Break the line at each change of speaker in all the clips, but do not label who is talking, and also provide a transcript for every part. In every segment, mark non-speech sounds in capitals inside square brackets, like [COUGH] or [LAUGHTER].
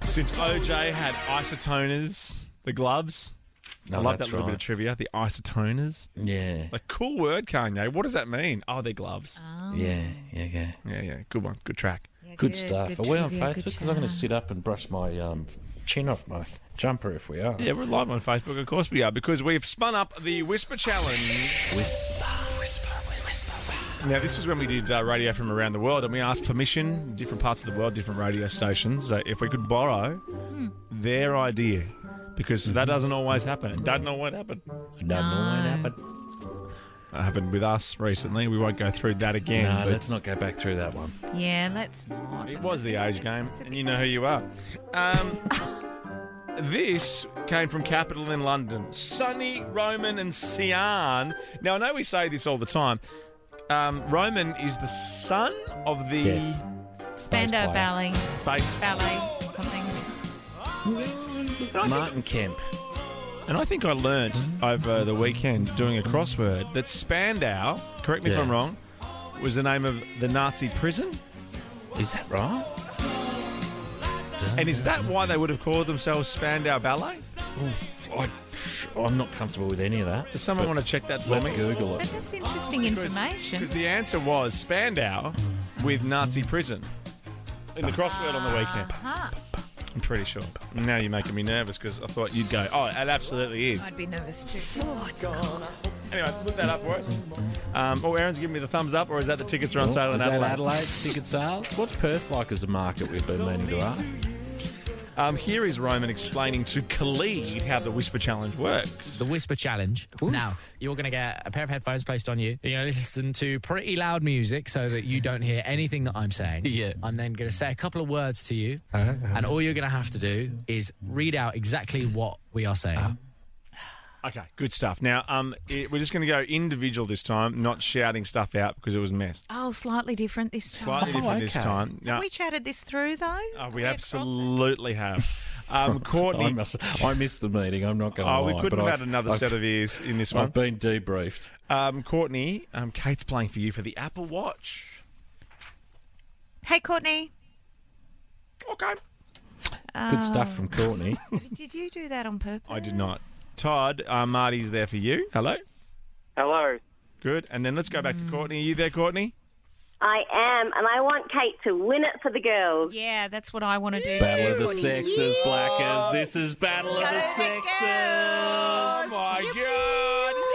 Since OJ had isotoners, the gloves. I
Oh,
love that
that's
little bit
right.
of trivia. The isotoners.
Yeah.
Like, cool word, Kanye. What does that mean? Oh, they're gloves.
Yeah. Yeah. Okay.
Yeah, yeah. Good one. Good track.
Good, stuff.
good
are we on
trivia, good
Facebook? Because I'm going to
chat.
sit up and brush my um, chin off my jumper if we are.
Yeah, we're live on Facebook. Of course we are, because we've spun up the Whisper Challenge.
Whisper, whisper, whisper.
Now, this was when we did uh, radio from around the world, and we asked permission, different parts of the world, different radio stations, uh, if we could borrow
Hmm.
their idea. Because that doesn't always happen. It doesn't always happen.
No, no, no, but
That happened with us recently. We won't go through that again.
no,
but-
let's not go back through that one.
Yeah, let's not.
It was the age game, and you know who you are. Um, this came from Capital in London. Sonny, Roman, and Sian. Now, I know we say this all the time. Um, Roman is the son of the
Yes.
Spando
player.
Ballet,
base.
ballet, something.
And I, think,
Martin Kemp.
and I think I learnt over the weekend doing a crossword that Spandau, correct me if
Yeah.
I'm wrong, was the name of the Nazi prison.
Is that right? Ah.
And is that why they would have called themselves Spandau Ballet?
I, I'm not comfortable with any of that.
Does someone want to check that for
Let's
me?
Google
But
it.
that's interesting information.
Because the answer was Spandau with Nazi prison in the crossword on the weekend.
Huh.
I'm pretty sure. Now you're making me nervous because I thought you'd go, oh, it absolutely is.
I'd be nervous too. Oh,
Anyway, look that up for us. Um, oh, Aaron's giving me the thumbs up, or is that the tickets are on sale
Oh,
in
is that
Adelaide?
Adelaide ticket sales? What's Perth like as a market? We've been meaning to ask.
Um, here is Roman explaining to Khalid how the Whisper Challenge works.
The Whisper Challenge. Now, you're going to get a pair of headphones placed on you. You're going to listen to pretty loud music so that you don't hear anything that I'm saying.
Yeah.
I'm then going to say a couple of words to you, and all you're going to have to do is read out exactly what we are saying.
Okay, good stuff. Now, um, it, we're just going to go individual this time, not shouting stuff out because it was a mess.
Oh, slightly different this time.
Slightly different this
okay.
time. Now,
Have we chatted this through though?
uh,
Have
we
had
absolutely have. [LAUGHS] Um,
I,
Courtney
must, I missed the meeting. I'm not going to
Oh,
lie.
we couldn't
but
have
I've-
had another
I've-
set of ears in this one.
I've been debriefed.
Um, Courtney, um, Kate's playing for you for the Apple Watch.
cross- Hey, Courtney,
Okay.
Good stuff from Courtney.
did you do that on purpose?
I did not. Todd, uh, Marty's there for you. Hello.
Hello.
Good. And then let's go back to Courtney. Are you there, Courtney?
I am, and I want Kate to win it for the girls.
Yeah, that's what I want to do.
Battle of the Sexes, Blackers. This is Battle of the Sexes.
Oh, my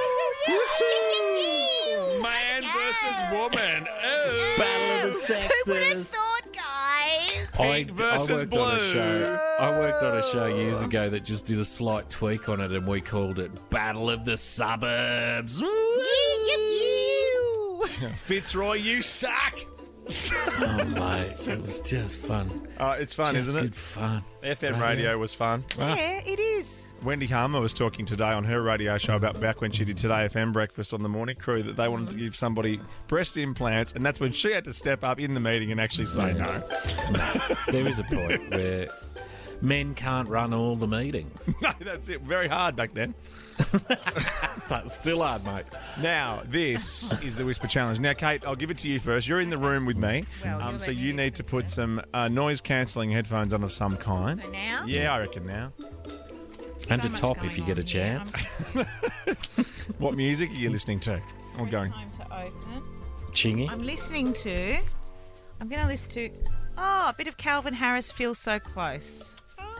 God. Man versus woman. Oh.
[LAUGHS]
Battle of the Sexes.
guys.
I,
Pink versus
I worked on a
blue.
show. I worked on a show years ago that just did a slight tweak on it, and we called it Battle of the Suburbs. Oh, Woo!
Fitzroy, you suck.
Oh, mate, it was just fun.
Uh, it's fun,
Just
isn't
good fun.
it? FM radio was fun.
Yeah, it is.
Wendy Harmer was talking today on her radio show about back when she did Today FM Breakfast on the morning crew that they wanted to give somebody breast implants, and that's when she had to step up in the meeting and actually say no. [LAUGHS]
There is a
[LAUGHS]
point where men can't run all the meetings.
No, that's it. Very hard back then.
That's still hard, mate.
Now, this is the Whisper Challenge. Now, Kate, I'll give it to you first. You're in the room with me,
Well,
um,
you'll
so
let me
you
do
need to
some
put some uh, noise cancelling headphones on of some kind.
So now,
Yeah, I reckon now.
And
so
to
much
top if
going
you get
on
a
here.
chance.
I'm
What music are you listening to? Or going?
time to open.
Chingy.
I'm listening to. I'm going to listen to. Oh, a bit of Calvin Harris. Feel so close.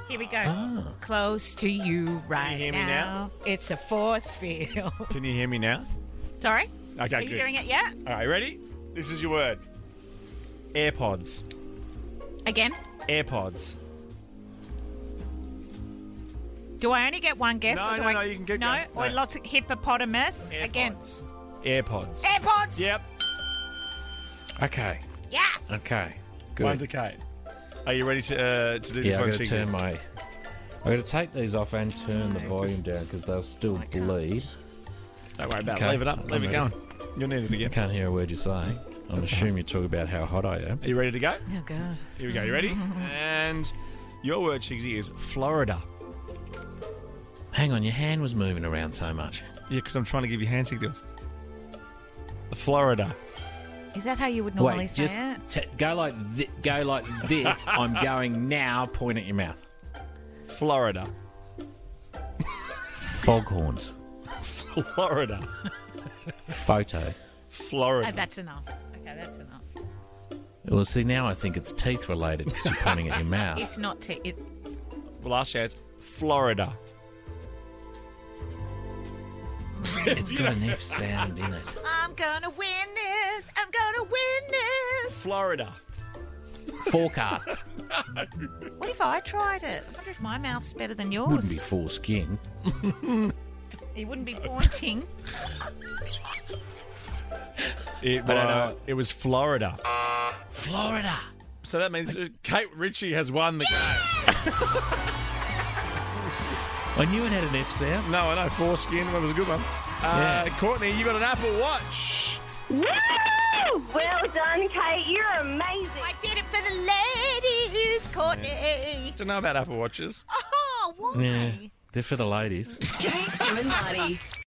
Here we go. Close to you right
Ah. hear me now?
It's a force field. [LAUGHS]
Can you hear me now?
Sorry.
Okay,
Are
good.
you doing it yet?
All right, ready? This is your word. AirPods.
Again?
AirPods.
Do I only get one guess?
No,
or do
no,
I...
no, you can keep
No,
going.
or
No.
lots of hippopotamus. Again.
AirPods.
AirPods.
Yep.
Okay,
Yes.
okay.
Mine's
Good.
okay. Are you ready to uh, to do this
Yeah, I'm
one?
going to
Chigzy?
turn my. I'm going to take these off and turn the volume down because they'll still bleed.
Don't worry about it.
Okay.
Leave it up. Leave
I'm
it
ready.
going. You'll need it
I
again.
can't hear a word you say. I'm assuming you talk about how hot I am.
Are you ready to
[LAUGHS]
go?
Oh God.
Here we go. You ready? and your word, Chigsy, is Florida.
Hang on, your hand was moving around so much.
Yeah, because I'm trying to give you hand signals. Florida.
Is that how you would normally
Wait,
say
just
it?
t- go like thi- go like this. I'm going now. Point at your mouth.
Florida.
Foghorns.
Florida.
Photos.
Oh,
Florida.
that's enough. Okay, that's enough.
Well, see, now I think it's teeth related because you're pointing at your
[LAUGHS]
mouth.
It's not tea. It,
Well, last year it's Florida.
It's got an F sound in it.
I'm gonna win this. I'm gonna win this.
Florida.
Forecast.
What if I tried it? I wonder if my mouth's better than yours.
Wouldn't be foreskin.
It wouldn't be pointing.
It,
I don't know.
wa- It was Florida.
Florida.
So that means Kate Ritchie has won the game.
I knew it had an F sound.
No, I know. Foreskin. That was a good one. Uh, Courtney, you got an Apple Watch.
Woo! Well done, Kate. You're amazing.
[LAUGHS] I did it for the ladies, Courtney.
Don't know about Apple Watches.
Oh, why?
Yeah. They're for the ladies.
Kate and Marty.